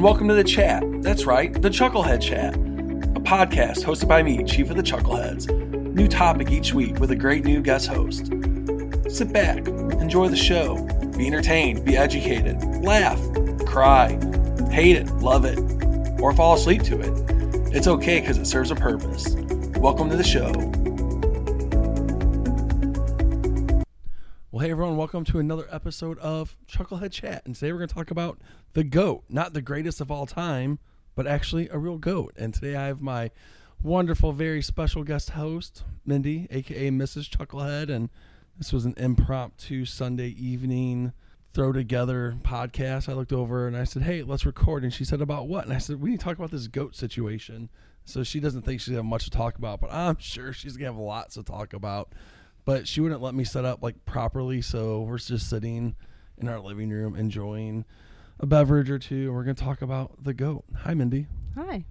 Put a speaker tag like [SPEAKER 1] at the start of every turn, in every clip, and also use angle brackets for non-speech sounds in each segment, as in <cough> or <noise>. [SPEAKER 1] welcome to the chat. That's right, the Chucklehead Chat, a podcast hosted by me, Chief of the Chuckleheads. New topic each week with a great new guest host. Sit back, enjoy the show, be entertained, be educated, laugh, cry, hate it, love it, or fall asleep to it. It's okay because it serves a purpose. Welcome to the show. Well, hey everyone, welcome to another episode of Chucklehead Chat. And today we're going to talk about the goat, not the greatest of all time, but actually a real goat. And today I have my wonderful, very special guest host, Mindy, aka Mrs. Chucklehead. And this was an impromptu Sunday evening throw together podcast. I looked over and I said, Hey, let's record. And she said, About what? And I said, We need to talk about this goat situation. So she doesn't think she's gonna have much to talk about, but I'm sure she's gonna have lots to talk about. But she wouldn't let me set up like properly, so we're just sitting in our living room enjoying a beverage or two. and We're gonna talk about the goat. Hi, Mindy.
[SPEAKER 2] Hi.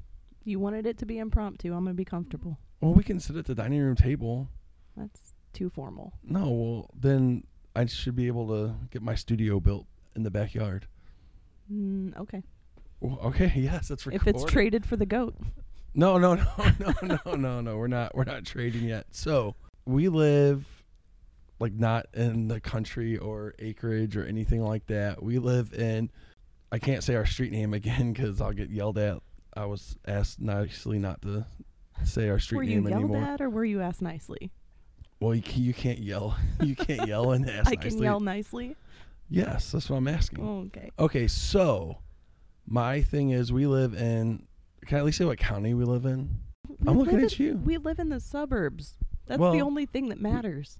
[SPEAKER 2] You wanted it to be impromptu. I'm gonna be comfortable.
[SPEAKER 1] Well, we can sit at the dining room table.
[SPEAKER 2] That's too formal.
[SPEAKER 1] No, well then I should be able to get my studio built in the backyard.
[SPEAKER 2] Mm, okay.
[SPEAKER 1] Well, Okay, <laughs> yes, that's recorded.
[SPEAKER 2] If it's traded for the goat,
[SPEAKER 1] No, no, <laughs> no, no, no, no, no. We're not we're not trading yet. So we live like not in the country or acreage or anything like that. We live in I can't say our street name again <laughs> because I'll get yelled at. I was asked nicely not to say our street
[SPEAKER 2] were you
[SPEAKER 1] name
[SPEAKER 2] yelled
[SPEAKER 1] anymore.
[SPEAKER 2] at or were you asked nicely?
[SPEAKER 1] Well, you, ca- you can't yell. <laughs> You can't yell and ask
[SPEAKER 2] <laughs> I
[SPEAKER 1] nicely.
[SPEAKER 2] can yell nicely.
[SPEAKER 1] Yes, that's what I'm asking.
[SPEAKER 2] Oh, okay.
[SPEAKER 1] Okay, so my thing is we live in. Can I at least say what county we live in?
[SPEAKER 2] We
[SPEAKER 1] I'm looking
[SPEAKER 2] live
[SPEAKER 1] at
[SPEAKER 2] in-
[SPEAKER 1] you.
[SPEAKER 2] We live in the suburbs. That's
[SPEAKER 1] Well,
[SPEAKER 2] the only thing that matters.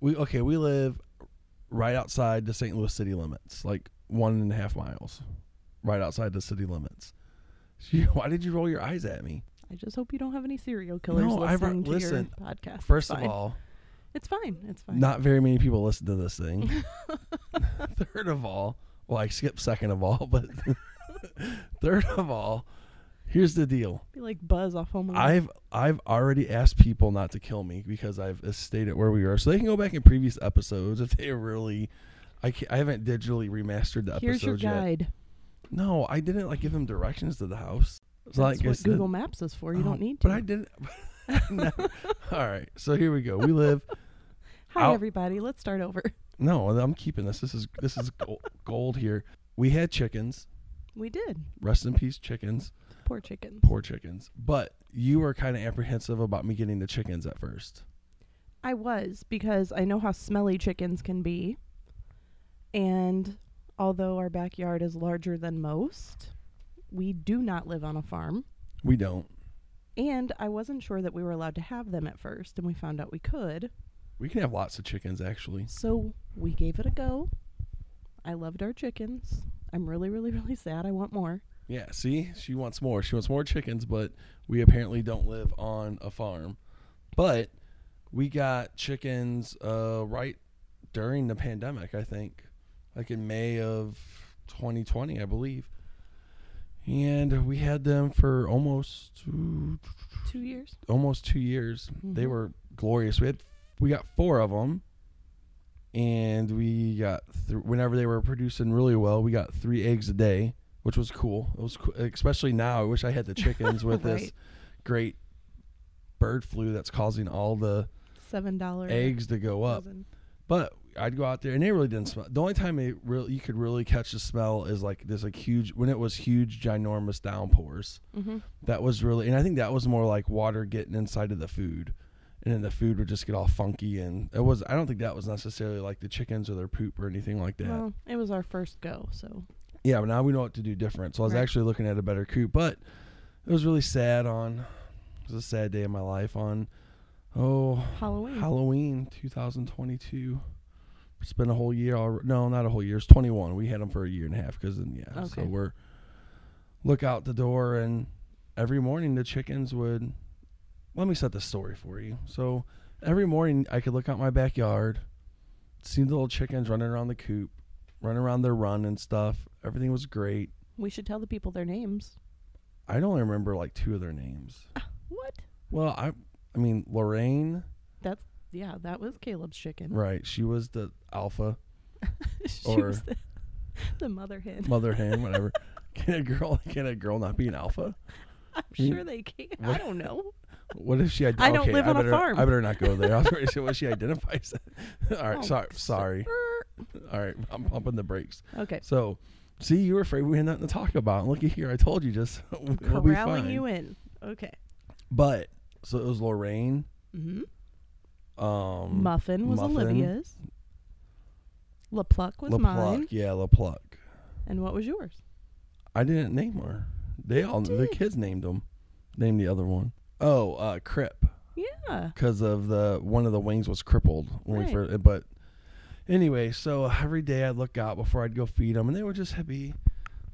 [SPEAKER 1] We okay. We live right outside the St. Louis city limits, like one and a half miles, right outside the city limits. <laughs> Gee, Why did you roll your eyes at me?
[SPEAKER 2] I just hope you don't have any serial killers
[SPEAKER 1] No, I've-
[SPEAKER 2] listening to
[SPEAKER 1] listen,
[SPEAKER 2] your podcast. It's
[SPEAKER 1] First of
[SPEAKER 2] fine.
[SPEAKER 1] all,
[SPEAKER 2] it's fine. It's fine.
[SPEAKER 1] not very many people listen to this
[SPEAKER 2] <laughs>
[SPEAKER 1] thing. <laughs> third of all, well, I skipped second of all, but <laughs> third of all, here's the deal.
[SPEAKER 2] Be like Buzz off Home Alone.
[SPEAKER 1] I've I've already asked people not to kill me because I've stated where we are, so they can go back in previous episodes if they really. I can't, I haven't digitally remastered the
[SPEAKER 2] Here's your
[SPEAKER 1] episodes yet.
[SPEAKER 2] guide.
[SPEAKER 1] No, I didn't like give him directions to the house. So
[SPEAKER 2] That's
[SPEAKER 1] like I
[SPEAKER 2] what
[SPEAKER 1] said-
[SPEAKER 2] Google Maps is for. You
[SPEAKER 1] Oh,
[SPEAKER 2] don't need to.
[SPEAKER 1] But I didn't. <laughs> Never- All right, so here we go. We live. <laughs>
[SPEAKER 2] Hi
[SPEAKER 1] I'll-
[SPEAKER 2] everybody. Let's start over. <laughs>
[SPEAKER 1] No, I'm keeping this. This is this is gold, gold here. We had chickens.
[SPEAKER 2] We did.
[SPEAKER 1] Rest in peace, chickens.
[SPEAKER 2] Poor chickens.
[SPEAKER 1] Poor chickens. But you were kind of apprehensive about me getting the chickens at first.
[SPEAKER 2] I was because I know how smelly chickens can be. And although our backyard is larger than most, we do not live on a farm.
[SPEAKER 1] We don't.
[SPEAKER 2] And I wasn't sure that we were allowed to have them at first, and we found out we could.
[SPEAKER 1] We can have lots of chickens actually.
[SPEAKER 2] So we gave it a go. I loved our chickens. I'm really, really, <laughs> really sad. I want more.
[SPEAKER 1] Yeah, see? She wants more. She wants more chickens, but we apparently don't live on a farm. But we got chickens uh, right during the pandemic, I think. Like in May of 2020, I believe. And we had them for almost ooh,
[SPEAKER 2] Two years.
[SPEAKER 1] almost 2 years. They
[SPEAKER 2] Mhm.
[SPEAKER 1] were glorious. We had we got 4 of them. And we got th- whenever they were producing really well, we got 3 eggs a day, which was cool. It was cool, especially now. I wish I had the chickens with this
[SPEAKER 2] Right.
[SPEAKER 1] great bird flu that's causing all the
[SPEAKER 2] Seven dollars.
[SPEAKER 1] eggs to go up. But I'd go out there, and they really didn't smell. The only time they really you could really catch the smell is like this, like huge when it was huge, ginormous downpours.
[SPEAKER 2] hmm
[SPEAKER 1] That was really, and I think that was more like water getting inside of the food, and then the food would just get all funky. And it was, I don't think that was necessarily like the chickens or their poop or anything like that.
[SPEAKER 2] Well, it was our first go, so
[SPEAKER 1] Yeah, but now we know what to do different. So I was
[SPEAKER 2] Right.
[SPEAKER 1] actually looking at a better coup, but it was really sad on. It was a sad day in my life on. Oh,
[SPEAKER 2] Halloween.
[SPEAKER 1] Halloween 2022. It's been a whole year. alre No, not a whole year. It's 21. We had them for a year and a half because then yeah. So
[SPEAKER 2] Okay.
[SPEAKER 1] we're look out the door and every morning the chickens would. Let me set the story for you. So every morning I could look out my backyard, see the little chickens running around the coop, running around their run and stuff. Everything was great.
[SPEAKER 2] we should tell the people their names.
[SPEAKER 1] I don't remember like two of their names.
[SPEAKER 2] What?
[SPEAKER 1] Well, I I mean Lorraine,
[SPEAKER 2] That's yeah, that was Caleb's chicken.
[SPEAKER 1] right? She was the alpha.
[SPEAKER 2] <laughs> she
[SPEAKER 1] Or-
[SPEAKER 2] was the, the mother hen. <laughs>
[SPEAKER 1] mother hen, whatever. <laughs> Can a girl can a girl not be an alpha?
[SPEAKER 2] I'm
[SPEAKER 1] Mm.
[SPEAKER 2] sure they can. I
[SPEAKER 1] What-
[SPEAKER 2] don't know.
[SPEAKER 1] What if she? Ide-
[SPEAKER 2] I don't
[SPEAKER 1] okay,
[SPEAKER 2] live on a
[SPEAKER 1] better,
[SPEAKER 2] farm.
[SPEAKER 1] I better not go there. <laughs> I was going to say what she identifies. as. <laughs> All right,
[SPEAKER 2] Oh,
[SPEAKER 1] sorry, sorry.
[SPEAKER 2] sir.
[SPEAKER 1] All right, I'm pumping the brakes.
[SPEAKER 2] <laughs> Okay.
[SPEAKER 1] So, see, you were afraid we had nothing to talk about. Looky here, I told you just <laughs> we'll be
[SPEAKER 2] Corralling
[SPEAKER 1] fine.
[SPEAKER 2] you in. Okay.
[SPEAKER 1] But so it was Lorraine.
[SPEAKER 2] hmm
[SPEAKER 1] Um,
[SPEAKER 2] Muffin was
[SPEAKER 1] Muffin.
[SPEAKER 2] Olivia's. LaPluck was mine.
[SPEAKER 1] LaPluck. Yeah, LaPluck.
[SPEAKER 2] And what was yours?
[SPEAKER 1] I didn't name her. They all the
[SPEAKER 2] did.
[SPEAKER 1] kids named them. Named the other one. Oh, uh, Crip.
[SPEAKER 2] Yeah.
[SPEAKER 1] because of the one of the wings was crippled when we
[SPEAKER 2] Right.
[SPEAKER 1] first. But anyway, so every day I'd look out before I'd go feed them, and they would just be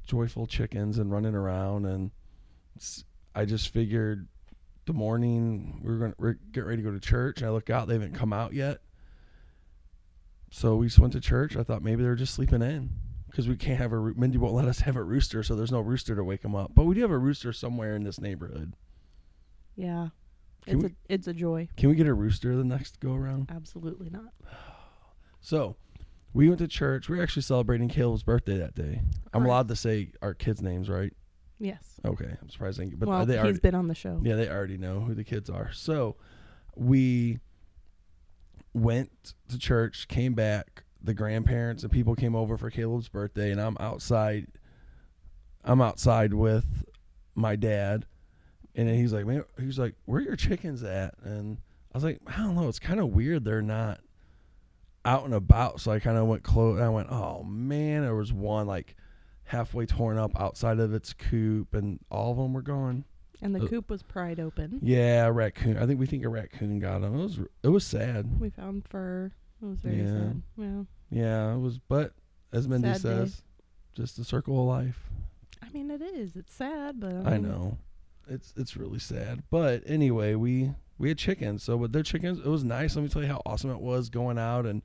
[SPEAKER 1] joyful chickens and running around. And s- I just figured the morning we were gonna we're get ready to go to church. I look out, they haven't come out yet. So we just went to church. I thought maybe they were just sleeping in because we can't have a roo- Mindy won't let us have a rooster, so there's no rooster to wake them up. But we do have a rooster somewhere in this neighborhood.
[SPEAKER 2] Yeah.
[SPEAKER 1] Can
[SPEAKER 2] it's
[SPEAKER 1] we-
[SPEAKER 2] a it's a joy.
[SPEAKER 1] Can we get a rooster the next go around?
[SPEAKER 2] Absolutely not.
[SPEAKER 1] So we went to church. We were actually celebrating Caleb's birthday that day. I'm
[SPEAKER 2] Correct.
[SPEAKER 1] allowed to say our kids' names, right?
[SPEAKER 2] Yes.
[SPEAKER 1] Okay. I'm surprised. They, but
[SPEAKER 2] well,
[SPEAKER 1] they
[SPEAKER 2] he's
[SPEAKER 1] already,
[SPEAKER 2] been on the show.
[SPEAKER 1] yeah, they already know who the kids are. So we went to church, came back. The grandparents and people came over for Caleb's birthday, and I'm outside. I'm outside with my dad, and then he's like, "Man, he's like, where are your chickens at?" And I was like, "I don't know. It's kind of weird. They're not out and about." So I kind of went close. And I went, "Oh man, there was one like halfway torn up outside of its coop, and all of them were gone."
[SPEAKER 2] And the
[SPEAKER 1] Uh,
[SPEAKER 2] coop was pried open.
[SPEAKER 1] Yeah, a raccoon. I think we think a raccoon got him. It was it was sad.
[SPEAKER 2] We found fur. It was very
[SPEAKER 1] Yeah.
[SPEAKER 2] sad. Yeah.
[SPEAKER 1] Yeah, it was. But as Mindy
[SPEAKER 2] Sad day.
[SPEAKER 1] says, just the circle of life.
[SPEAKER 2] I mean, it is. It's sad, but
[SPEAKER 1] I
[SPEAKER 2] mean,
[SPEAKER 1] know, it's it's really sad. But anyway, we we had chickens. So with their chickens, it was nice. Let me tell you how awesome it was going out and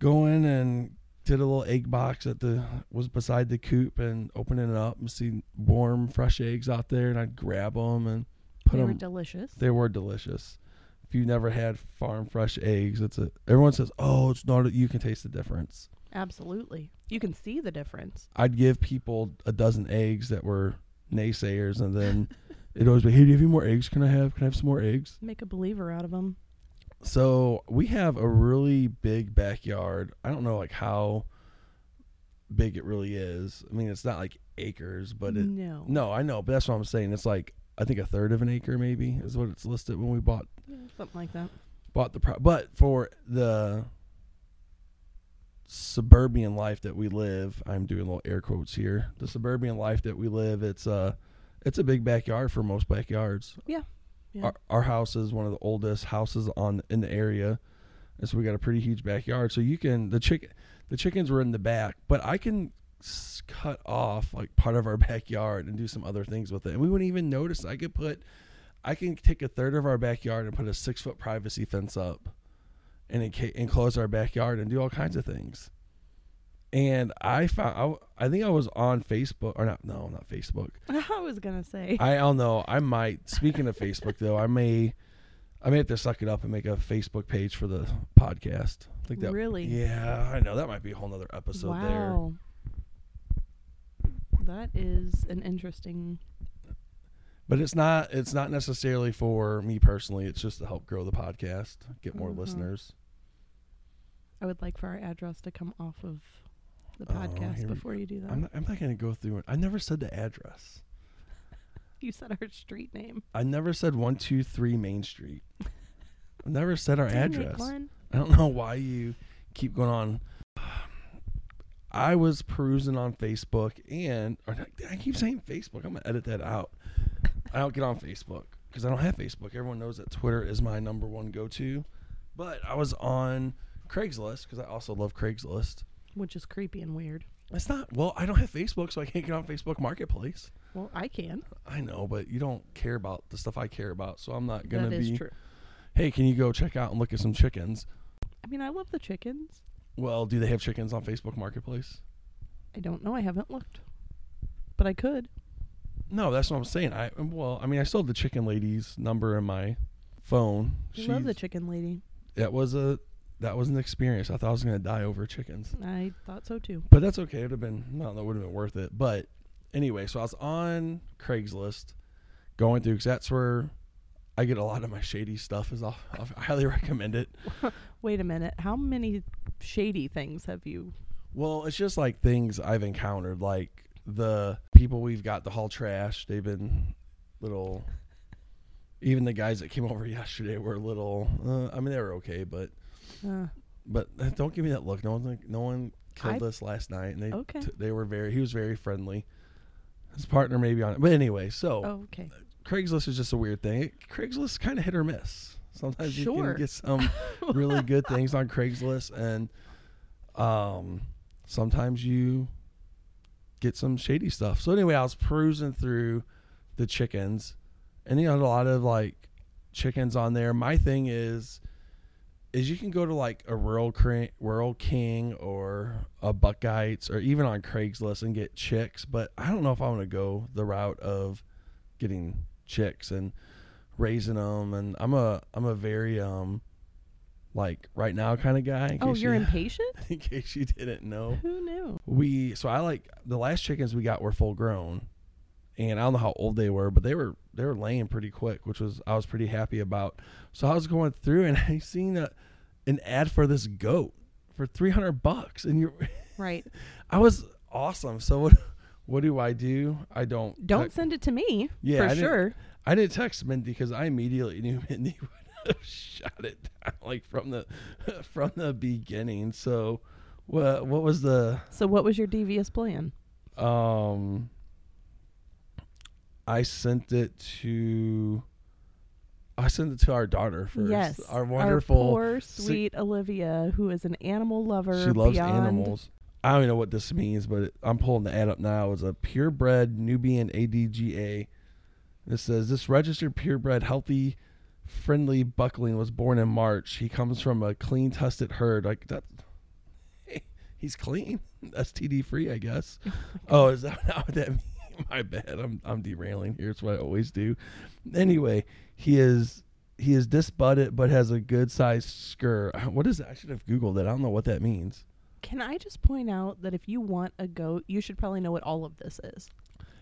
[SPEAKER 1] going and did a little egg box that the was beside the coop and opening it up and see warm fresh eggs out there and I'd grab them and put
[SPEAKER 2] They were
[SPEAKER 1] them
[SPEAKER 2] delicious.
[SPEAKER 1] They were delicious. If you never had farm fresh eggs, it's a everyone says, "Oh, it's not you can taste the difference."
[SPEAKER 2] Absolutely. You can see the difference.
[SPEAKER 1] I'd give people a dozen eggs that were naysayers, and then it'd always be, "Hey, do you have any more eggs? Can I have? Can I have some more eggs?"
[SPEAKER 2] Make a believer out of them.
[SPEAKER 1] So we have a really big backyard. I don't know like how big it really is. I mean, it's not like acres, but it.
[SPEAKER 2] no.
[SPEAKER 1] No, I know, but that's what I'm saying. It's like I think a third of an acre, maybe, is what it's listed when we bought
[SPEAKER 2] Yeah, Something like that. <laughs>
[SPEAKER 1] bought the pro- but for the suburban life that we live i'm doing little air quotes here the suburban life that we live it's uh it's a big backyard for most backyards
[SPEAKER 2] Yeah, yeah.
[SPEAKER 1] Our, our house is one of the oldest houses on in the area and so we got a pretty huge backyard so you can the chicken the chickens were in the back but i can s- cut off like part of our <laughs> backyard and do some other things with it and we wouldn't even notice i could put I can take a third of our backyard and put a six foot privacy fence up and enca- enclose our backyard and do all kinds of things. And I found, I w- I, think I was on Facebook or not, no, not
[SPEAKER 2] <laughs>
[SPEAKER 1] Facebook.
[SPEAKER 2] I was gonna say.
[SPEAKER 1] I don't know. I might, speaking of Facebook though, I may, I may have to suck it up and make a Facebook page for the podcast. I think that,
[SPEAKER 2] Really?
[SPEAKER 1] Yeah, I know. That might be a whole nother episode there.
[SPEAKER 2] wow. That is an interesting.
[SPEAKER 1] But it's not it's not necessarily for me personally. It's just to help grow the podcast, get more
[SPEAKER 2] Mhm.
[SPEAKER 1] listeners.
[SPEAKER 2] I would like for our address to come off of the
[SPEAKER 1] Oh,
[SPEAKER 2] podcast
[SPEAKER 1] here we
[SPEAKER 2] before you do that.
[SPEAKER 1] I'm not, I'm not going to go through it. I never said the address.
[SPEAKER 2] you said our street name.
[SPEAKER 1] I never said 123 Main Street. I never said our
[SPEAKER 2] Dang it,
[SPEAKER 1] address.
[SPEAKER 2] Glenn.
[SPEAKER 1] I don't know why you keep going on. I was perusing on Facebook and or not- I keep saying Facebook. I'm going to edit that out. I don't get on Facebook because I don't have Facebook. Everyone knows that Twitter is my number one go to. But I was on Craigslist because I also love Craigslist.
[SPEAKER 2] Which is creepy and weird.
[SPEAKER 1] It's not, well, I don't have Facebook, so I can't get on Facebook Marketplace.
[SPEAKER 2] Well, I can.
[SPEAKER 1] I know, but you don't care about the stuff I care about, so I'm not gonna
[SPEAKER 2] That is
[SPEAKER 1] be.
[SPEAKER 2] true.
[SPEAKER 1] Hey, can you go check out and look at some chickens?
[SPEAKER 2] I mean, I love the chickens.
[SPEAKER 1] Well, do they have chickens on Facebook Marketplace?
[SPEAKER 2] I don't know. I haven't looked, but I could.
[SPEAKER 1] No, that's what I'm saying. I well, I mean, I still have the chicken lady's number in my phone.
[SPEAKER 2] I love the
[SPEAKER 1] She's-
[SPEAKER 2] chicken lady.
[SPEAKER 1] That was a that was an experience. I thought I was gonna die over chickens,
[SPEAKER 2] I thought so too.
[SPEAKER 1] but that's okay. It'd have been I don't know, it would have been worth it. But anyway, so I was on Craigslist going through because that's where I get a lot of my shady stuff. Is off. off- I highly <laughs> recommend it.
[SPEAKER 2] Wait a minute. How many shady things have you?
[SPEAKER 1] Well, it's just like things I've encountered, like the people we've got to haul trash. They've been little. Even the guys that came <laughs> over yesterday were a little. Uh, I mean, they were okay, but
[SPEAKER 2] Uh,
[SPEAKER 1] but don't give me that look. No one no one killed
[SPEAKER 2] I-
[SPEAKER 1] us last night, and they
[SPEAKER 2] Okay.
[SPEAKER 1] t- they were very. He was very friendly. His partner may be on it, but anyway. So
[SPEAKER 2] oh, okay.
[SPEAKER 1] Craigslist is just a weird thing. It- Craigslist kind of hit or miss. Sometimes you
[SPEAKER 2] Sure.
[SPEAKER 1] can get some really good things on Craigslist, and um, sometimes you get some shady stuff. So anyway, I was perusing through the chickens, and you know, a lot of like chickens on there. My thing is, is you can go to like a rural cra- rural king or a Buckites or even on Craigslist and get chicks, but I don't know if I want to go the route of getting chicks and raising them. And I'm a I'm a very um like right now kind of guy. in
[SPEAKER 2] Oh,
[SPEAKER 1] case
[SPEAKER 2] you're
[SPEAKER 1] you- Oh.
[SPEAKER 2] impatient?
[SPEAKER 1] <laughs> in case you didn't know
[SPEAKER 2] Who knew?
[SPEAKER 1] we so I like the last chickens we got were full grown, and I don't know how old they were, but they were they were laying pretty quick, which was I was pretty happy about. So I was going through and <laughs> I seen a, an ad for this goat for three hundred bucks, and you,
[SPEAKER 2] Right.
[SPEAKER 1] <laughs> I was awesome. So what <laughs> what do I do? I don't
[SPEAKER 2] Don't
[SPEAKER 1] tec-
[SPEAKER 2] send it to me.
[SPEAKER 1] Yeah, I
[SPEAKER 2] for
[SPEAKER 1] didn't-
[SPEAKER 2] sure.
[SPEAKER 1] I didn't text Mindy because I immediately <laughs> knew Mindy would have shot it down like from the <laughs> from the beginning. So what what was the
[SPEAKER 2] So, what was your devious plan?
[SPEAKER 1] Um, I sent it to. I sent it to our daughter first.
[SPEAKER 2] yes,
[SPEAKER 1] our wonderful.
[SPEAKER 2] poor,
[SPEAKER 1] si-
[SPEAKER 2] sweet Olivia, who is an animal lover.
[SPEAKER 1] she loves
[SPEAKER 2] beyond-
[SPEAKER 1] animals. I don't even know what this means, but it, I'm pulling the ad up now. It's a purebred Nubian ADGA. It says this registered purebred, healthy, friendly buckling was born in March. He comes from a clean-tusted herd. Like that, <laughs> he's clean. <laughs> STD free, I
[SPEAKER 2] <laughs>
[SPEAKER 1] guess. <laughs> Oh, is that not what that means? <laughs> My bad. I'm I'm derailing here. It's what I always do. Anyway, he is he is disbudded but has a good sized scur. What is that? I should have googled it. I don't know what that means.
[SPEAKER 2] Can I just point out that if you want a goat, you should probably know what all of this is.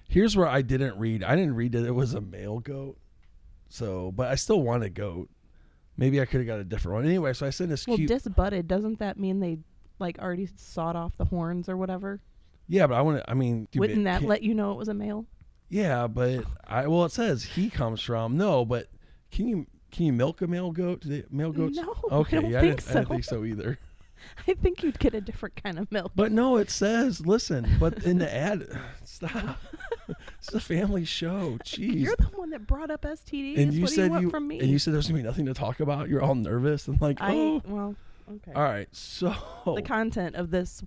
[SPEAKER 1] Here's where I didn't read. I didn't read that it was a male goat. So, but I still want a goat. Maybe I could have got a different one. Anyway, so I sent this
[SPEAKER 2] Well,
[SPEAKER 1] cute.
[SPEAKER 2] disbutted doesn't that mean they like already sawed off the horns or whatever?
[SPEAKER 1] yeah, but I want to. I mean, do
[SPEAKER 2] Wouldn't
[SPEAKER 1] it-
[SPEAKER 2] that
[SPEAKER 1] can-
[SPEAKER 2] let you know it was a male?
[SPEAKER 1] Yeah, but I well, it says he comes from no, but can you can you milk a male goat? Do they, male goats?
[SPEAKER 2] No, I
[SPEAKER 1] okay,
[SPEAKER 2] don't
[SPEAKER 1] yeah, I,
[SPEAKER 2] think
[SPEAKER 1] didn't, I didn't
[SPEAKER 2] so.
[SPEAKER 1] think so either.
[SPEAKER 2] <laughs> I think you'd get a different kind of milk.
[SPEAKER 1] But no, it says listen. But in the ad, <sighs>
[SPEAKER 2] <laughs>
[SPEAKER 1] stop. it's a family show. Jeez.
[SPEAKER 2] You're the one that brought up STDs.
[SPEAKER 1] and you
[SPEAKER 2] what do
[SPEAKER 1] said
[SPEAKER 2] you want
[SPEAKER 1] you
[SPEAKER 2] from me?
[SPEAKER 1] and you said there's gonna be nothing to talk about. You're all nervous and like,
[SPEAKER 2] I
[SPEAKER 1] oh,
[SPEAKER 2] well, okay.
[SPEAKER 1] all right. So <laughs>
[SPEAKER 2] The content of this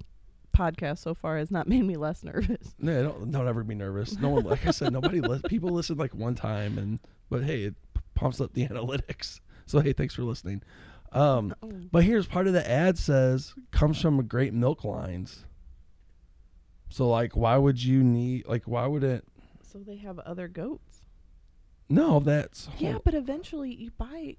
[SPEAKER 2] podcast so far has not made me less nervous. <laughs>
[SPEAKER 1] no, don't don't ever be nervous. No one, like I said, nobody. Li- people listen like one time, and but hey, it p- pumps up the <laughs> analytics. So hey, thanks for listening. Um,
[SPEAKER 2] Oh,
[SPEAKER 1] But here's part of the ad says comes from a great milk lines. So like why would you need like why would it
[SPEAKER 2] So they have other goats.
[SPEAKER 1] No, that's
[SPEAKER 2] Yeah, but eventually you buy.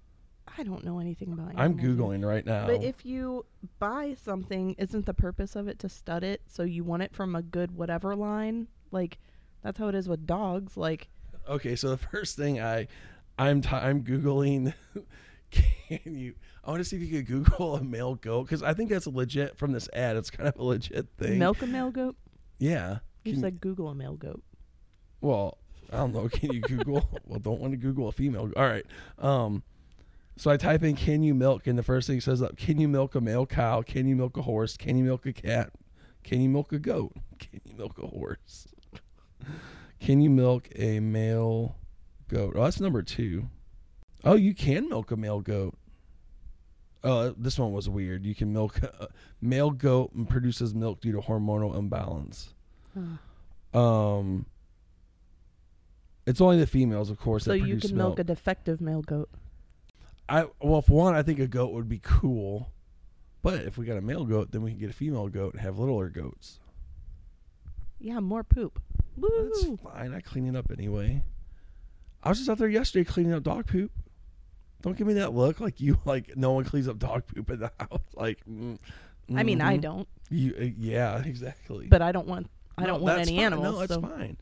[SPEAKER 2] I don't know anything about.
[SPEAKER 1] I'm
[SPEAKER 2] animals.
[SPEAKER 1] googling right now.
[SPEAKER 2] But if you buy something, isn't the purpose of it to stud it? So you want it from a good whatever line? Like, that's how it is with dogs. Like,
[SPEAKER 1] okay, so the <laughs> first thing I I'm t- I'm googling <laughs> can you I want to see if you could google a male goat cuz I think that's legit from this ad. It's kind of a legit thing.
[SPEAKER 2] milk a male goat?
[SPEAKER 1] Yeah.
[SPEAKER 2] You
[SPEAKER 1] Can-
[SPEAKER 2] said Google a male goat.
[SPEAKER 1] Well, I don't know. Can you Google? well, don't want to Google a female. All right. Um, so I type in "Can you milk?" and the first thing it says up: "Can you milk a male cow? Can you milk a horse? Can you milk a cat? Can you milk a goat? <laughs> Can you milk a horse? <laughs> Can you milk a male goat?" Oh, that's number two. Oh, you can milk a male goat. Oh, this one was weird. You can milk <laughs> a male goat and produces milk due to hormonal imbalance. Um, it's only the females, of course.
[SPEAKER 2] So
[SPEAKER 1] that
[SPEAKER 2] you
[SPEAKER 1] produce
[SPEAKER 2] can milk a defective male goat.
[SPEAKER 1] I well, for one, I think a goat would be cool, but if we got a male goat, then we can get a female goat and have littler goats.
[SPEAKER 2] Yeah, more poop.
[SPEAKER 1] That's
[SPEAKER 2] Woo!
[SPEAKER 1] fine. I clean it up anyway. I was just out there yesterday cleaning up dog poop. Don't give me that look like you <laughs> like no one cleans up dog poop in the <laughs> house. Like, mm,
[SPEAKER 2] I mean, I
[SPEAKER 1] mhm.
[SPEAKER 2] don't,
[SPEAKER 1] You, uh, yeah, <laughs> exactly.
[SPEAKER 2] but I don't want I don't
[SPEAKER 1] No,
[SPEAKER 2] want
[SPEAKER 1] that's
[SPEAKER 2] any
[SPEAKER 1] fine.
[SPEAKER 2] animals.
[SPEAKER 1] No, it's
[SPEAKER 2] so.
[SPEAKER 1] fine.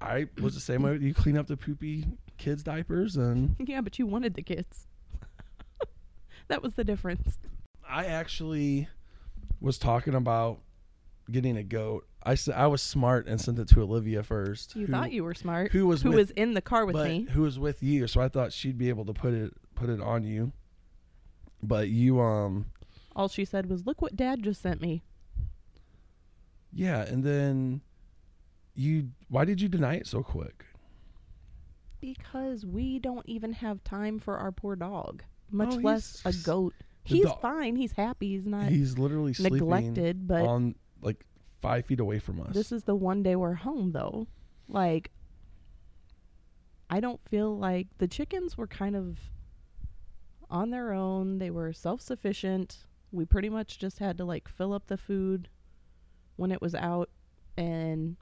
[SPEAKER 1] I was the same way. You clean up the poopy kids' diapers, and
[SPEAKER 2] <laughs> Yeah, but you wanted the kids. <laughs> that was the difference.
[SPEAKER 1] I actually was talking about getting a goat. I said I was smart and sent it to Olivia first.
[SPEAKER 2] You thought you were smart.
[SPEAKER 1] who was
[SPEAKER 2] who
[SPEAKER 1] with-
[SPEAKER 2] was in the car with
[SPEAKER 1] but
[SPEAKER 2] me?
[SPEAKER 1] who was with you? So I thought she'd be able to put it put it on you. But you um
[SPEAKER 2] All she said was, "Look what Dad just sent me."
[SPEAKER 1] yeah, and then you why did you deny it so quick?
[SPEAKER 2] Because we don't even have time for our poor dog, much
[SPEAKER 1] Oh,
[SPEAKER 2] less a
[SPEAKER 1] he's-
[SPEAKER 2] goat.
[SPEAKER 1] the
[SPEAKER 2] He's
[SPEAKER 1] dog-
[SPEAKER 2] fine. He's happy. He's not
[SPEAKER 1] He's literally sleeping
[SPEAKER 2] neglected, but
[SPEAKER 1] on like five feet away from us.
[SPEAKER 2] this is the one day we're home though like i don't feel like the chickens were kind of on their own they were self-sufficient we pretty much just had to like fill up the food when it was out and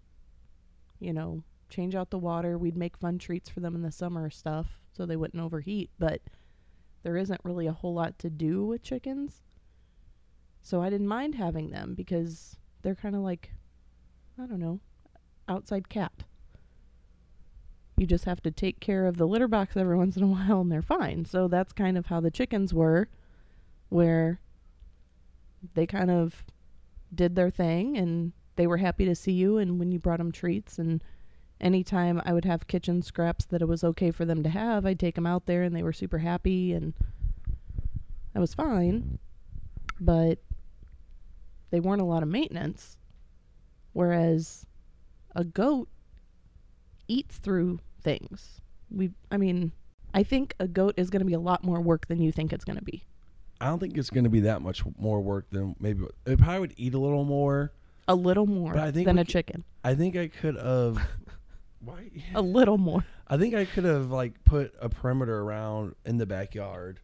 [SPEAKER 2] you know change out the water we'd make fun treats for them in the summer stuff so they wouldn't overheat but there isn't really a whole lot to do with chickens so i didn't mind having them because they're kind of like I don't know, outside cat. You just have to take care of the litter box every once in a <laughs> while and they're fine. So that's kind of how the chickens were, where they kind of did their thing and they were happy to see you and when you brought them treats and anytime I would have kitchen scraps that it was okay for them to have, I'd take them out there and they were super happy and that was fine. But they weren't a lot of maintenance. Whereas a goat eats through things. We I mean, I think a goat is going to be a lot more work than you think it's going to be.
[SPEAKER 1] I don't think it's going to be that much more work than maybe it probably would eat a little more.
[SPEAKER 2] A little more
[SPEAKER 1] But I think
[SPEAKER 2] than
[SPEAKER 1] we
[SPEAKER 2] a
[SPEAKER 1] c-
[SPEAKER 2] chicken.
[SPEAKER 1] I think I could have. why?
[SPEAKER 2] A little more.
[SPEAKER 1] I think I could have like put a perimeter around in the backyard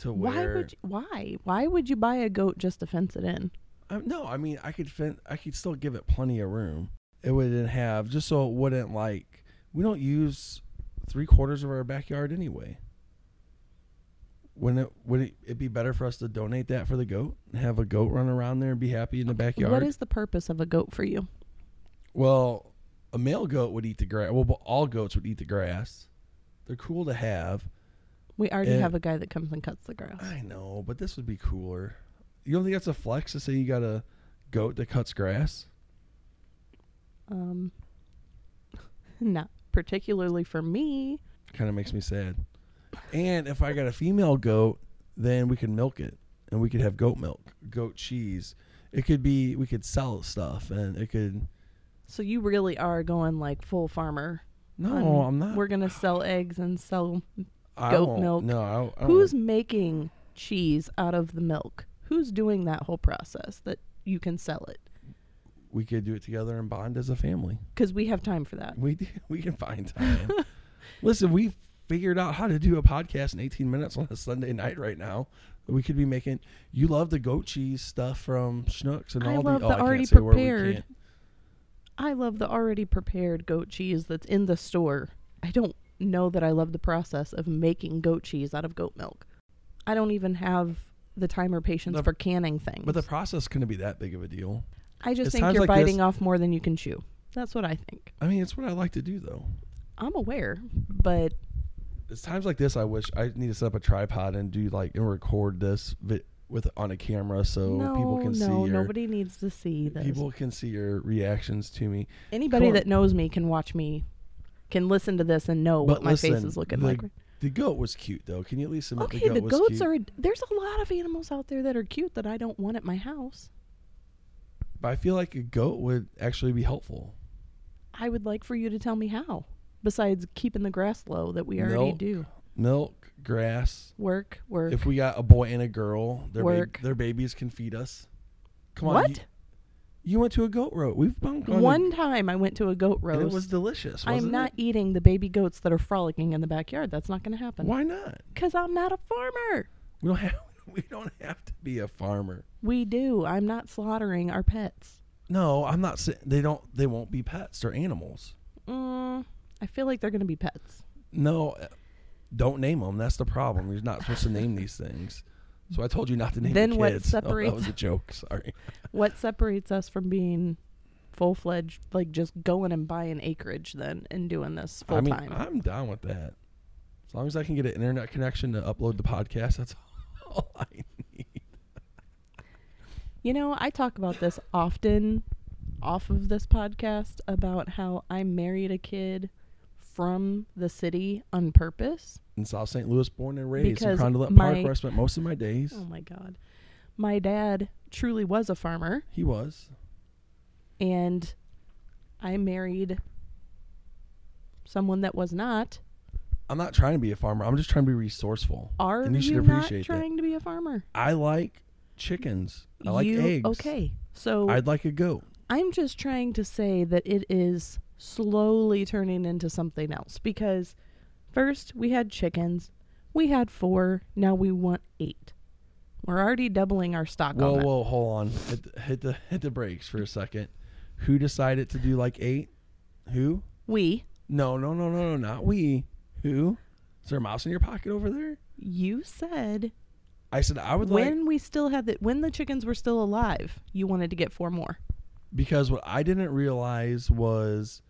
[SPEAKER 1] to
[SPEAKER 2] Why
[SPEAKER 1] <laughs> where.
[SPEAKER 2] would you, why? Why would you buy a goat just to fence it in?
[SPEAKER 1] I, no, I mean I could fin- I could still give it plenty of room. It wouldn't have just so it wouldn't like we don't use three quarters of our backyard anyway. Wouldn't it would it, it be better for us to donate that for the goat and have a goat run around there and be happy in the backyard?
[SPEAKER 2] What is the purpose of a goat for you?
[SPEAKER 1] Well, a male goat would eat the grass. Well, but all goats would eat the grass. They're cool to have.
[SPEAKER 2] We already
[SPEAKER 1] Eh.
[SPEAKER 2] have a guy that comes and cuts the grass.
[SPEAKER 1] I know, but this would be cooler. You don't think that's a flex to say you got a goat that cuts grass?
[SPEAKER 2] Um <laughs> not particularly for me.
[SPEAKER 1] Kind of makes me sad. And if I got a female goat, then we could milk it and we could have goat milk, goat cheese. It could be we could sell stuff and it could
[SPEAKER 2] So you really are going like full farmer.
[SPEAKER 1] No,
[SPEAKER 2] I'm-
[SPEAKER 1] I'm, not.
[SPEAKER 2] We're going to sell eggs and sell
[SPEAKER 1] I
[SPEAKER 2] goat
[SPEAKER 1] won't.
[SPEAKER 2] milk.
[SPEAKER 1] No, I, I won't.
[SPEAKER 2] Who's making cheese out of the milk? Who's doing that whole process that you can sell it?
[SPEAKER 1] we could do it together and bond as a family.
[SPEAKER 2] Because we have time for that.
[SPEAKER 1] We do, <laughs> we can find time. <laughs> Listen, we figured out how to do a podcast in 18 minutes on a Sunday night right now. We could be making. You love the goat cheese stuff from Schnucks and
[SPEAKER 2] I
[SPEAKER 1] all
[SPEAKER 2] love
[SPEAKER 1] the.
[SPEAKER 2] the
[SPEAKER 1] oh, I
[SPEAKER 2] already
[SPEAKER 1] can't say where we
[SPEAKER 2] prepared.
[SPEAKER 1] can't.
[SPEAKER 2] I love the already prepared goat cheese that's in the store. I don't know that I love the process of making goat cheese out of goat milk. I don't even have the time or patience
[SPEAKER 1] The-
[SPEAKER 2] for canning things.
[SPEAKER 1] But the process couldn't be that big of a deal.
[SPEAKER 2] I just
[SPEAKER 1] it's
[SPEAKER 2] think
[SPEAKER 1] times
[SPEAKER 2] you're
[SPEAKER 1] like
[SPEAKER 2] biting
[SPEAKER 1] this-
[SPEAKER 2] off more than you can chew. That's what I think.
[SPEAKER 1] I mean, it's what I like to do though.
[SPEAKER 2] I'm aware, but
[SPEAKER 1] It's times like this I wish I need to set up a tripod and do like and record this vi- with on a camera so
[SPEAKER 2] no,
[SPEAKER 1] people can see
[SPEAKER 2] no,
[SPEAKER 1] your
[SPEAKER 2] nobody needs to see this.
[SPEAKER 1] people can see your reactions to me.
[SPEAKER 2] Anybody
[SPEAKER 1] Sure.
[SPEAKER 2] that knows me can watch me, can listen to this and know what
[SPEAKER 1] But
[SPEAKER 2] my face
[SPEAKER 1] listen,
[SPEAKER 2] is looking
[SPEAKER 1] the
[SPEAKER 2] like.
[SPEAKER 1] The goat was cute though. Can you at least admit the
[SPEAKER 2] Okay,
[SPEAKER 1] goat
[SPEAKER 2] the
[SPEAKER 1] was
[SPEAKER 2] goats
[SPEAKER 1] cute?
[SPEAKER 2] are. There's a lot of animals out there that are cute that I don't want at my house.
[SPEAKER 1] But I feel like a goat would actually be helpful.
[SPEAKER 2] I would like for you to tell me how. Besides keeping the grass low that we already
[SPEAKER 1] Milk,
[SPEAKER 2] do.
[SPEAKER 1] Milk, grass.
[SPEAKER 2] Work, work.
[SPEAKER 1] If we got a boy and a girl, their ba-
[SPEAKER 2] Work.
[SPEAKER 1] their babies can feed us. Come on. You,
[SPEAKER 2] what?
[SPEAKER 1] you went to a goat road. We've been gone to-
[SPEAKER 2] One time I went to a goat
[SPEAKER 1] and
[SPEAKER 2] roast.
[SPEAKER 1] it was delicious.
[SPEAKER 2] I am
[SPEAKER 1] wasn't
[SPEAKER 2] not
[SPEAKER 1] it?
[SPEAKER 2] eating the baby goats that are frolicking in the backyard. That's not going to happen.
[SPEAKER 1] Why not?
[SPEAKER 2] Because I'm not a farmer.
[SPEAKER 1] We don't <laughs> have we don't have to be a farmer.
[SPEAKER 2] We do. I'm not slaughtering our pets.
[SPEAKER 1] No, I'm not saying they don't they won't be pets, they're animals.
[SPEAKER 2] Mm, I feel like they're going to be pets.
[SPEAKER 1] No, uh, don't name them. That's the problem. You're not supposed to name these things. So I told you not to name
[SPEAKER 2] Then
[SPEAKER 1] the
[SPEAKER 2] what
[SPEAKER 1] kids. <laughs> Oh,
[SPEAKER 2] separates-
[SPEAKER 1] that was a joke. Sorry.
[SPEAKER 2] what separates us from being full fledged, like just going and buying acreage then and doing this full
[SPEAKER 1] I mean,
[SPEAKER 2] time.
[SPEAKER 1] I'm down with that. As long as I can get an internet connection to upload the podcast, that's <laughs> all I need.
[SPEAKER 2] You know, I talk about this often off of this podcast about how I married a kid from the city on purpose.
[SPEAKER 1] In South St. Louis, born and raised
[SPEAKER 2] Because
[SPEAKER 1] in Condolet
[SPEAKER 2] my-
[SPEAKER 1] Park, where I spent most of my days.
[SPEAKER 2] Oh my God. My dad truly was a farmer.
[SPEAKER 1] He was.
[SPEAKER 2] and I married someone that was not.
[SPEAKER 1] I'm not trying to be a farmer. I'm just trying to be resourceful.
[SPEAKER 2] Are
[SPEAKER 1] and you
[SPEAKER 2] you,
[SPEAKER 1] should
[SPEAKER 2] not
[SPEAKER 1] appreciate that.
[SPEAKER 2] trying to be a farmer?
[SPEAKER 1] I like chickens. I like
[SPEAKER 2] You-
[SPEAKER 1] eggs.
[SPEAKER 2] Okay, so i
[SPEAKER 1] I'd like a goat.
[SPEAKER 2] I'm just trying to say that it is slowly turning into something else because first we had chickens, we had four, now we want eight. We're already doubling our stock
[SPEAKER 1] Whoa,
[SPEAKER 2] on that.
[SPEAKER 1] whoa, hold on. Hit the, hit the hit the brakes for a second. Who decided to do like eight? Who?
[SPEAKER 2] We,
[SPEAKER 1] No, no, no, no, no, not we. Who? Is there a mouse in your pocket over there?
[SPEAKER 2] you said
[SPEAKER 1] I said I would like
[SPEAKER 2] when we still had that when the chickens were still alive, you wanted to get four more.
[SPEAKER 1] because what I didn't realize was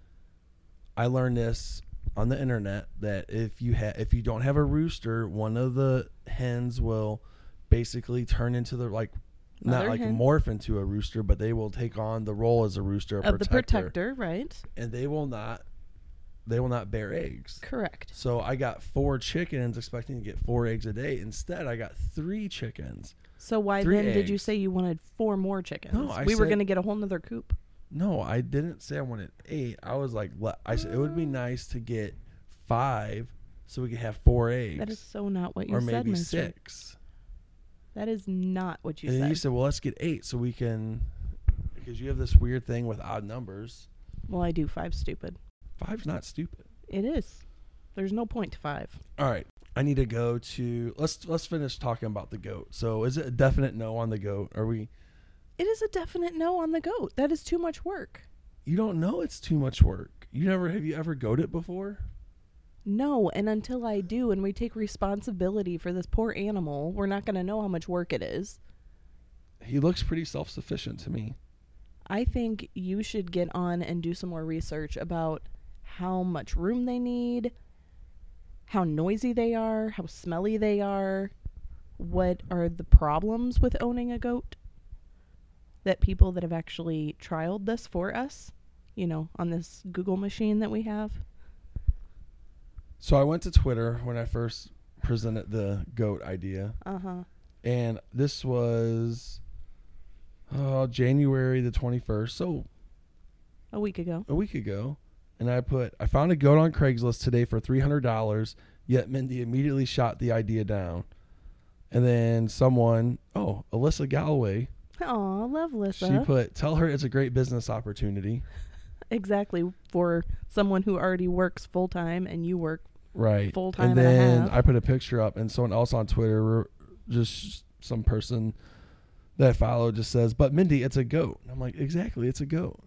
[SPEAKER 1] I learned this on the internet that if you ha- if you don't have a rooster, one of the hens will basically turn into the like not
[SPEAKER 2] Mother
[SPEAKER 1] like
[SPEAKER 2] hen?
[SPEAKER 1] morph into a rooster, but they will take on the role as a rooster, a
[SPEAKER 2] of the
[SPEAKER 1] protector,
[SPEAKER 2] protector, right?
[SPEAKER 1] and they will not they will not bear eggs.
[SPEAKER 2] Correct.
[SPEAKER 1] So I got four chickens expecting to get four eggs a day. Instead, I got three chickens.
[SPEAKER 2] So why
[SPEAKER 1] Three
[SPEAKER 2] then did you
[SPEAKER 1] eggs.
[SPEAKER 2] say you wanted four more chickens?
[SPEAKER 1] No, I
[SPEAKER 2] we were
[SPEAKER 1] said-
[SPEAKER 2] going to get a whole nother coop.
[SPEAKER 1] No, I didn't say I wanted eight. I was like, le- I said it would be nice to get five so we could have four eggs,
[SPEAKER 2] That is so not what you
[SPEAKER 1] or
[SPEAKER 2] said,
[SPEAKER 1] maybe
[SPEAKER 2] Mr.
[SPEAKER 1] six.
[SPEAKER 2] That is not what you
[SPEAKER 1] and then
[SPEAKER 2] said.
[SPEAKER 1] you said, well, let's get eight so we can, because you have this weird thing with odd numbers.
[SPEAKER 2] well, I do five stupid.
[SPEAKER 1] Five's not stupid.
[SPEAKER 2] It is. There's no point to five.
[SPEAKER 1] All right, I need to go to let's let's finish talking about the goat. So is it a definite no on the goat? Are we?
[SPEAKER 2] It is a definite no on the goat. That is too much work.
[SPEAKER 1] You don't know it's too much work. You never have you ever goated before?
[SPEAKER 2] No, and until I do and we take responsibility for this poor animal, we're not going to know how much work it is.
[SPEAKER 1] He looks pretty self sufficient to me.
[SPEAKER 2] I think you should get on and do some more research about how much room they need, how noisy they are, how smelly they are, what are the problems with owning a goat that people that have actually trialed this for us, you know, on this Google machine that we have.
[SPEAKER 1] So I went to Twitter when I first presented the goat idea,
[SPEAKER 2] Uh huh.
[SPEAKER 1] and this was uh, January the twenty first, so
[SPEAKER 2] A week ago.
[SPEAKER 1] a week ago. And I put I found a goat on Craigslist today for three hundred dollars. Yet Mindy immediately shot the idea down. And then someone, oh Alyssa Galloway,
[SPEAKER 2] Aw, love
[SPEAKER 1] she
[SPEAKER 2] Lissa.
[SPEAKER 1] put, "Tell her it's a great business opportunity."
[SPEAKER 2] exactly for someone who already works full time and you work.
[SPEAKER 1] right
[SPEAKER 2] full time
[SPEAKER 1] and
[SPEAKER 2] and a
[SPEAKER 1] then
[SPEAKER 2] half.
[SPEAKER 1] i put a picture up and someone else on twitter r- just some person that i follow just says but mindy it's a goat and i'm like exactly it's a goat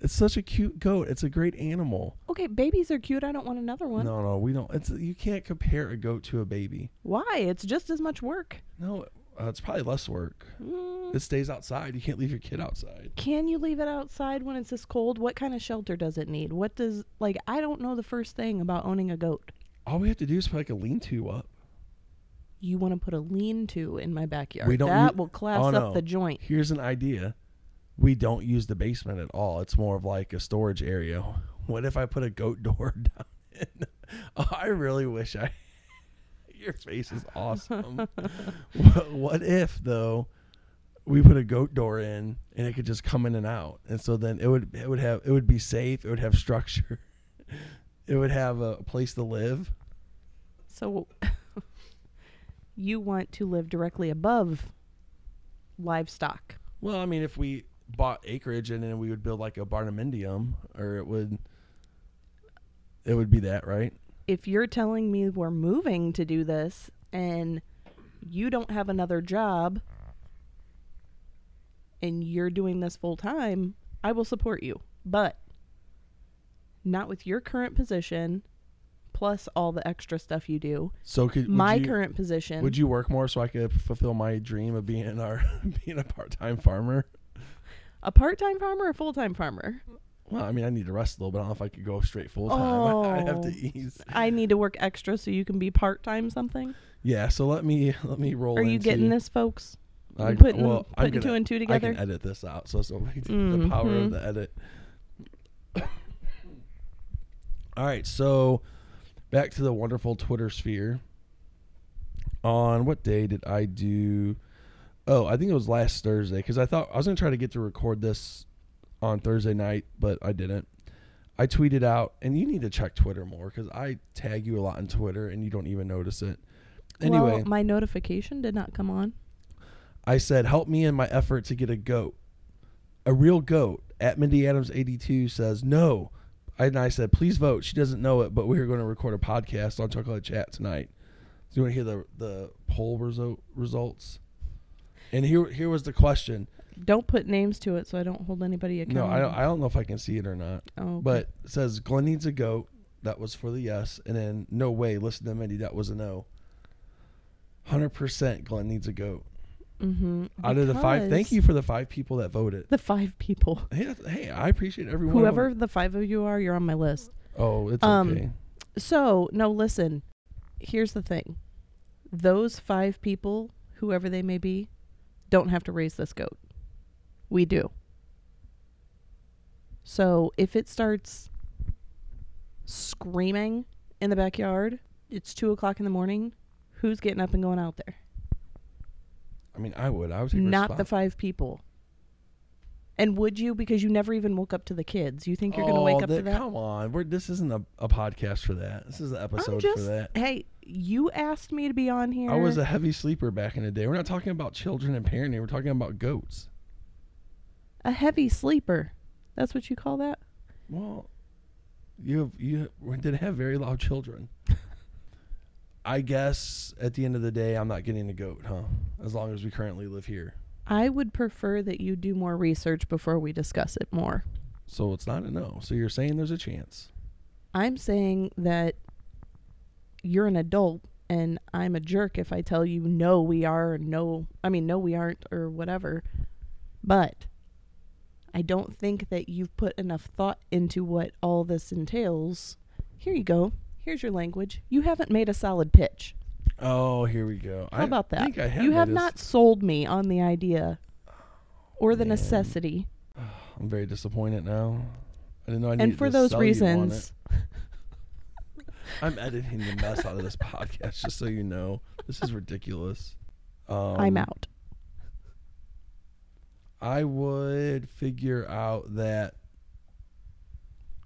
[SPEAKER 1] it's such a cute goat it's a great animal
[SPEAKER 2] Okay, babies are cute. I don't want another one.
[SPEAKER 1] no no we don't it's you can't compare a goat to a baby
[SPEAKER 2] Why? It's just as much work.
[SPEAKER 1] no uh, it's probably less work
[SPEAKER 2] Mm.
[SPEAKER 1] it stays outside you can't leave your kid outside
[SPEAKER 2] Can you leave it outside when it's this cold? What kind of shelter does it need? What does like I don't know the first thing about owning a goat.
[SPEAKER 1] all we have to do is put like a lean-to up
[SPEAKER 2] You want to put a lean-to in my backyard.
[SPEAKER 1] We don't
[SPEAKER 2] that
[SPEAKER 1] u-
[SPEAKER 2] will class
[SPEAKER 1] Oh,
[SPEAKER 2] up
[SPEAKER 1] no.
[SPEAKER 2] the joint.
[SPEAKER 1] here's an idea we don't use the basement at all it's more of like a storage area <laughs> what if i put a goat door <laughs> down in? Oh, i really wish i <laughs> your face is awesome what, what if though we put a goat door in and it could just come in and out and so then it would it would have it would be safe it would have structure <laughs> it would have a place to live
[SPEAKER 2] So <laughs> you want to live directly above livestock.
[SPEAKER 1] Well, I mean, if we bought acreage and then we would build like a barnamendium, or it would, it would be that, right?
[SPEAKER 2] If you're telling me we're moving to do this and you don't have another job and you're doing this full time, I will support you. But not with your current position plus all the extra stuff you do.
[SPEAKER 1] So could would
[SPEAKER 2] My
[SPEAKER 1] you,
[SPEAKER 2] current position.
[SPEAKER 1] Would <laughs> you work more so I could fulfill my dream of being our being a part time farmer?
[SPEAKER 2] a part-time farmer or a full-time farmer?
[SPEAKER 1] Well, I mean, I need to rest a little, but I don't know if I could go straight full time. <laughs> I, would have
[SPEAKER 2] Oh.
[SPEAKER 1] to ease.
[SPEAKER 2] I need to work extra so you can be part-time something.
[SPEAKER 1] Yeah, so let me let me roll.
[SPEAKER 2] Are you
[SPEAKER 1] into-
[SPEAKER 2] getting this, folks?
[SPEAKER 1] I,
[SPEAKER 2] putting
[SPEAKER 1] well, I'm
[SPEAKER 2] putting
[SPEAKER 1] gonna-
[SPEAKER 2] two and two
[SPEAKER 1] I
[SPEAKER 2] together.
[SPEAKER 1] can edit this out, so it's no big deal. <laughs> The power
[SPEAKER 2] Mhm.
[SPEAKER 1] of the edit. <coughs> All right, so back to the wonderful Twitter sphere. On what day did I do? Oh, I think it was last Thursday because I thought I was gonna try to get to record this on Thursday night, but I didn't. I tweeted out, and you need to check Twitter more because I tag you a lot on Twitter, and you don't even notice it. Anyway,
[SPEAKER 2] well, my notification did not come on.
[SPEAKER 1] I said, "Help me in my effort to get a goat, a real goat." At Mindy Adams eighty two says, "No," and I said, "Please vote." She doesn't know it, but we are going to record a podcast on Chocolate Chat tonight. So you want to hear the the poll reso- results? And here here was the question.
[SPEAKER 2] Don't put names to it so I don't hold anybody
[SPEAKER 1] No,
[SPEAKER 2] accountable.
[SPEAKER 1] I don't, I don't know if I can see it or not,
[SPEAKER 2] Oh, okay.
[SPEAKER 1] but it says Glenn needs a goat. That was for the yes, and then no way. Listen to Mindy. That was a no. Hundred percent. Glenn needs a goat.
[SPEAKER 2] Mhm.
[SPEAKER 1] Out of the five, thank
[SPEAKER 2] Because
[SPEAKER 1] you for the five people that voted.
[SPEAKER 2] The five people,
[SPEAKER 1] <laughs> Hey, that's- hey, I appreciate everyone.
[SPEAKER 2] whoever the five of you are, you're on my list.
[SPEAKER 1] Oh, it's
[SPEAKER 2] Um,
[SPEAKER 1] okay.
[SPEAKER 2] So no, listen. Here's the thing: those five people, whoever they may be, don't have to raise this goat. We do. So if it starts screaming in the backyard, it's two o'clock in the morning. Who's getting up and going out there?
[SPEAKER 1] I mean, I would. I would take
[SPEAKER 2] Not the
[SPEAKER 1] respons-
[SPEAKER 2] five people. And would you? Because you never even woke up to the kids. You think you're going to
[SPEAKER 1] Oh,
[SPEAKER 2] wake up to
[SPEAKER 1] that-
[SPEAKER 2] that?
[SPEAKER 1] Come on, we're, this isn't a, a podcast for that. This is an
[SPEAKER 2] I'm
[SPEAKER 1] episode for
[SPEAKER 2] just.
[SPEAKER 1] that.
[SPEAKER 2] Hey, you asked me to be on here.
[SPEAKER 1] I was a heavy sleeper back in the day. We're not talking about children and parenting. We're talking about goats.
[SPEAKER 2] a heavy sleeper. That's what you call that?
[SPEAKER 1] Well, you have, you we did have very loud children. I guess at the end of the day, I'm not getting a goat, huh? As long as we currently live here,
[SPEAKER 2] I would prefer that you do more research before we discuss it more.
[SPEAKER 1] so it's not a no. So you're saying there's a chance.
[SPEAKER 2] I'm saying that you're an adult and I'm a jerk if I tell you no we are or no I mean no we aren't or whatever. But I don't think that you've put enough thought into what all this entails. Here you go. Here's your language. You haven't made a solid pitch.
[SPEAKER 1] Oh, here we go. I
[SPEAKER 2] How about that?
[SPEAKER 1] Think I have
[SPEAKER 2] you have
[SPEAKER 1] made a s-
[SPEAKER 2] not sold me on the idea or the
[SPEAKER 1] Man.
[SPEAKER 2] necessity.
[SPEAKER 1] I'm very disappointed now. I didn't know I needed
[SPEAKER 2] And for
[SPEAKER 1] to
[SPEAKER 2] those
[SPEAKER 1] sell you on
[SPEAKER 2] reasons,
[SPEAKER 1] it. I'm editing the mess out of this <laughs> podcast, just so you know. This is ridiculous. Um,
[SPEAKER 2] I'm out.
[SPEAKER 1] I would figure out that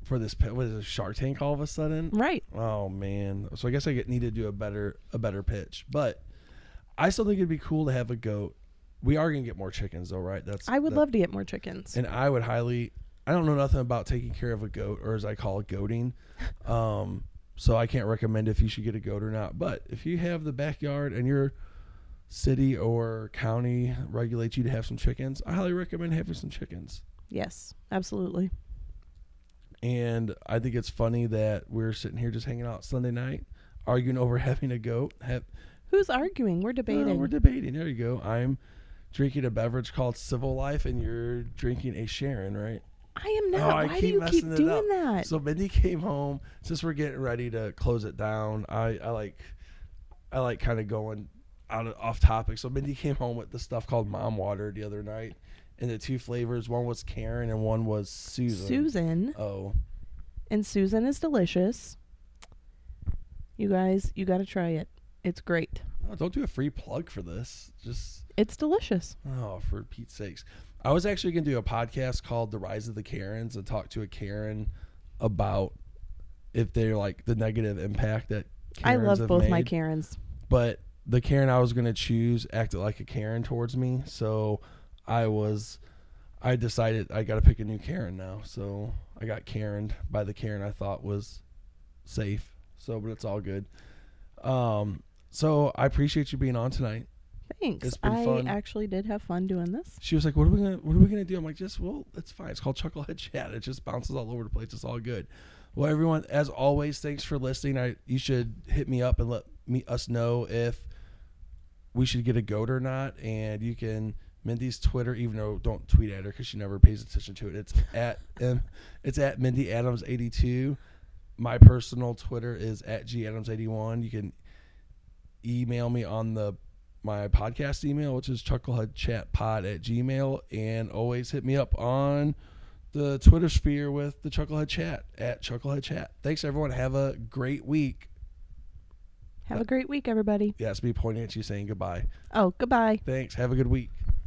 [SPEAKER 1] for this pit, what is it, Shark Tank? All of a sudden,
[SPEAKER 2] Right.
[SPEAKER 1] oh man. So I guess I get, need to do a better a better pitch, but I still think it'd be cool to have a goat. We are gonna get more chickens, though, right? That's
[SPEAKER 2] I would
[SPEAKER 1] that-
[SPEAKER 2] love to get more chickens.
[SPEAKER 1] and I would highly. I don't know nothing about taking care of a goat, or as I call it, goating. Um, so I can't recommend if you should get a goat or not. But if you have the backyard and your city or county regulates you to have some chickens, I highly recommend having some chickens.
[SPEAKER 2] Yes, absolutely.
[SPEAKER 1] And I think it's funny that we're sitting here just hanging out Sunday night, arguing over <laughs> having a goat. Have,
[SPEAKER 2] Who's arguing? We're debating.
[SPEAKER 1] No, we're debating. There you go. I'm drinking a beverage called Civil Life, and you're drinking a Sharon, right?
[SPEAKER 2] I am
[SPEAKER 1] Oh,
[SPEAKER 2] not.
[SPEAKER 1] I
[SPEAKER 2] Why
[SPEAKER 1] keep
[SPEAKER 2] do you
[SPEAKER 1] messing
[SPEAKER 2] keep
[SPEAKER 1] it
[SPEAKER 2] doing
[SPEAKER 1] up.
[SPEAKER 2] that?
[SPEAKER 1] So Mindy came home. Since we're getting ready to close it down, I, I like I like kind of going out of, off topic. So Mindy came home with this stuff called mom water the other night, and the two flavors. One was Karen and one was Susan.
[SPEAKER 2] Susan
[SPEAKER 1] Oh,
[SPEAKER 2] and Susan is delicious. You guys, you got to try it. It's great.
[SPEAKER 1] Oh, don't do a free plug for this. Just
[SPEAKER 2] It's delicious.
[SPEAKER 1] oh, for Pete's sakes. I was actually gonna do a podcast called "The Rise of the Karens" and talk to a Karen about if they're like the negative impact that. Karens
[SPEAKER 2] I love
[SPEAKER 1] have
[SPEAKER 2] both my
[SPEAKER 1] made.
[SPEAKER 2] Karens.
[SPEAKER 1] but the Karen I was gonna choose acted like a Karen towards me, so I was I decided I gotta pick a new Karen now. So I got Karened by the Karen I thought was safe. So but it's all good. Um so I appreciate you being on tonight.
[SPEAKER 2] Thanks.
[SPEAKER 1] It's been
[SPEAKER 2] I
[SPEAKER 1] fun.
[SPEAKER 2] actually did have fun doing this.
[SPEAKER 1] She was like, What are we gonna what are we gonna do? I'm like, just well, it's fine. It's called Chucklehead Chat. It just bounces all over the place. It's all good. Well everyone, as always, thanks for listening. I you should hit me up and let me us know if we should get a goat or not, and you can Mindy's Twitter, even though don't tweet at her because she never pays attention to it. It's at um, it's at Mindy Adams eighty two. My personal Twitter is at G Adams eighty one. You can email me on the my podcast email, which is chuckleheadchatpod at gmail, and always hit me up on the Twitter sphere with the Chucklehead Chat at Chucklehead Chat. Thanks everyone. Have a great week.
[SPEAKER 2] Have a great week, everybody.
[SPEAKER 1] Yeah, it's me pointing at you saying goodbye.
[SPEAKER 2] Oh, goodbye.
[SPEAKER 1] Thanks. Have a good week.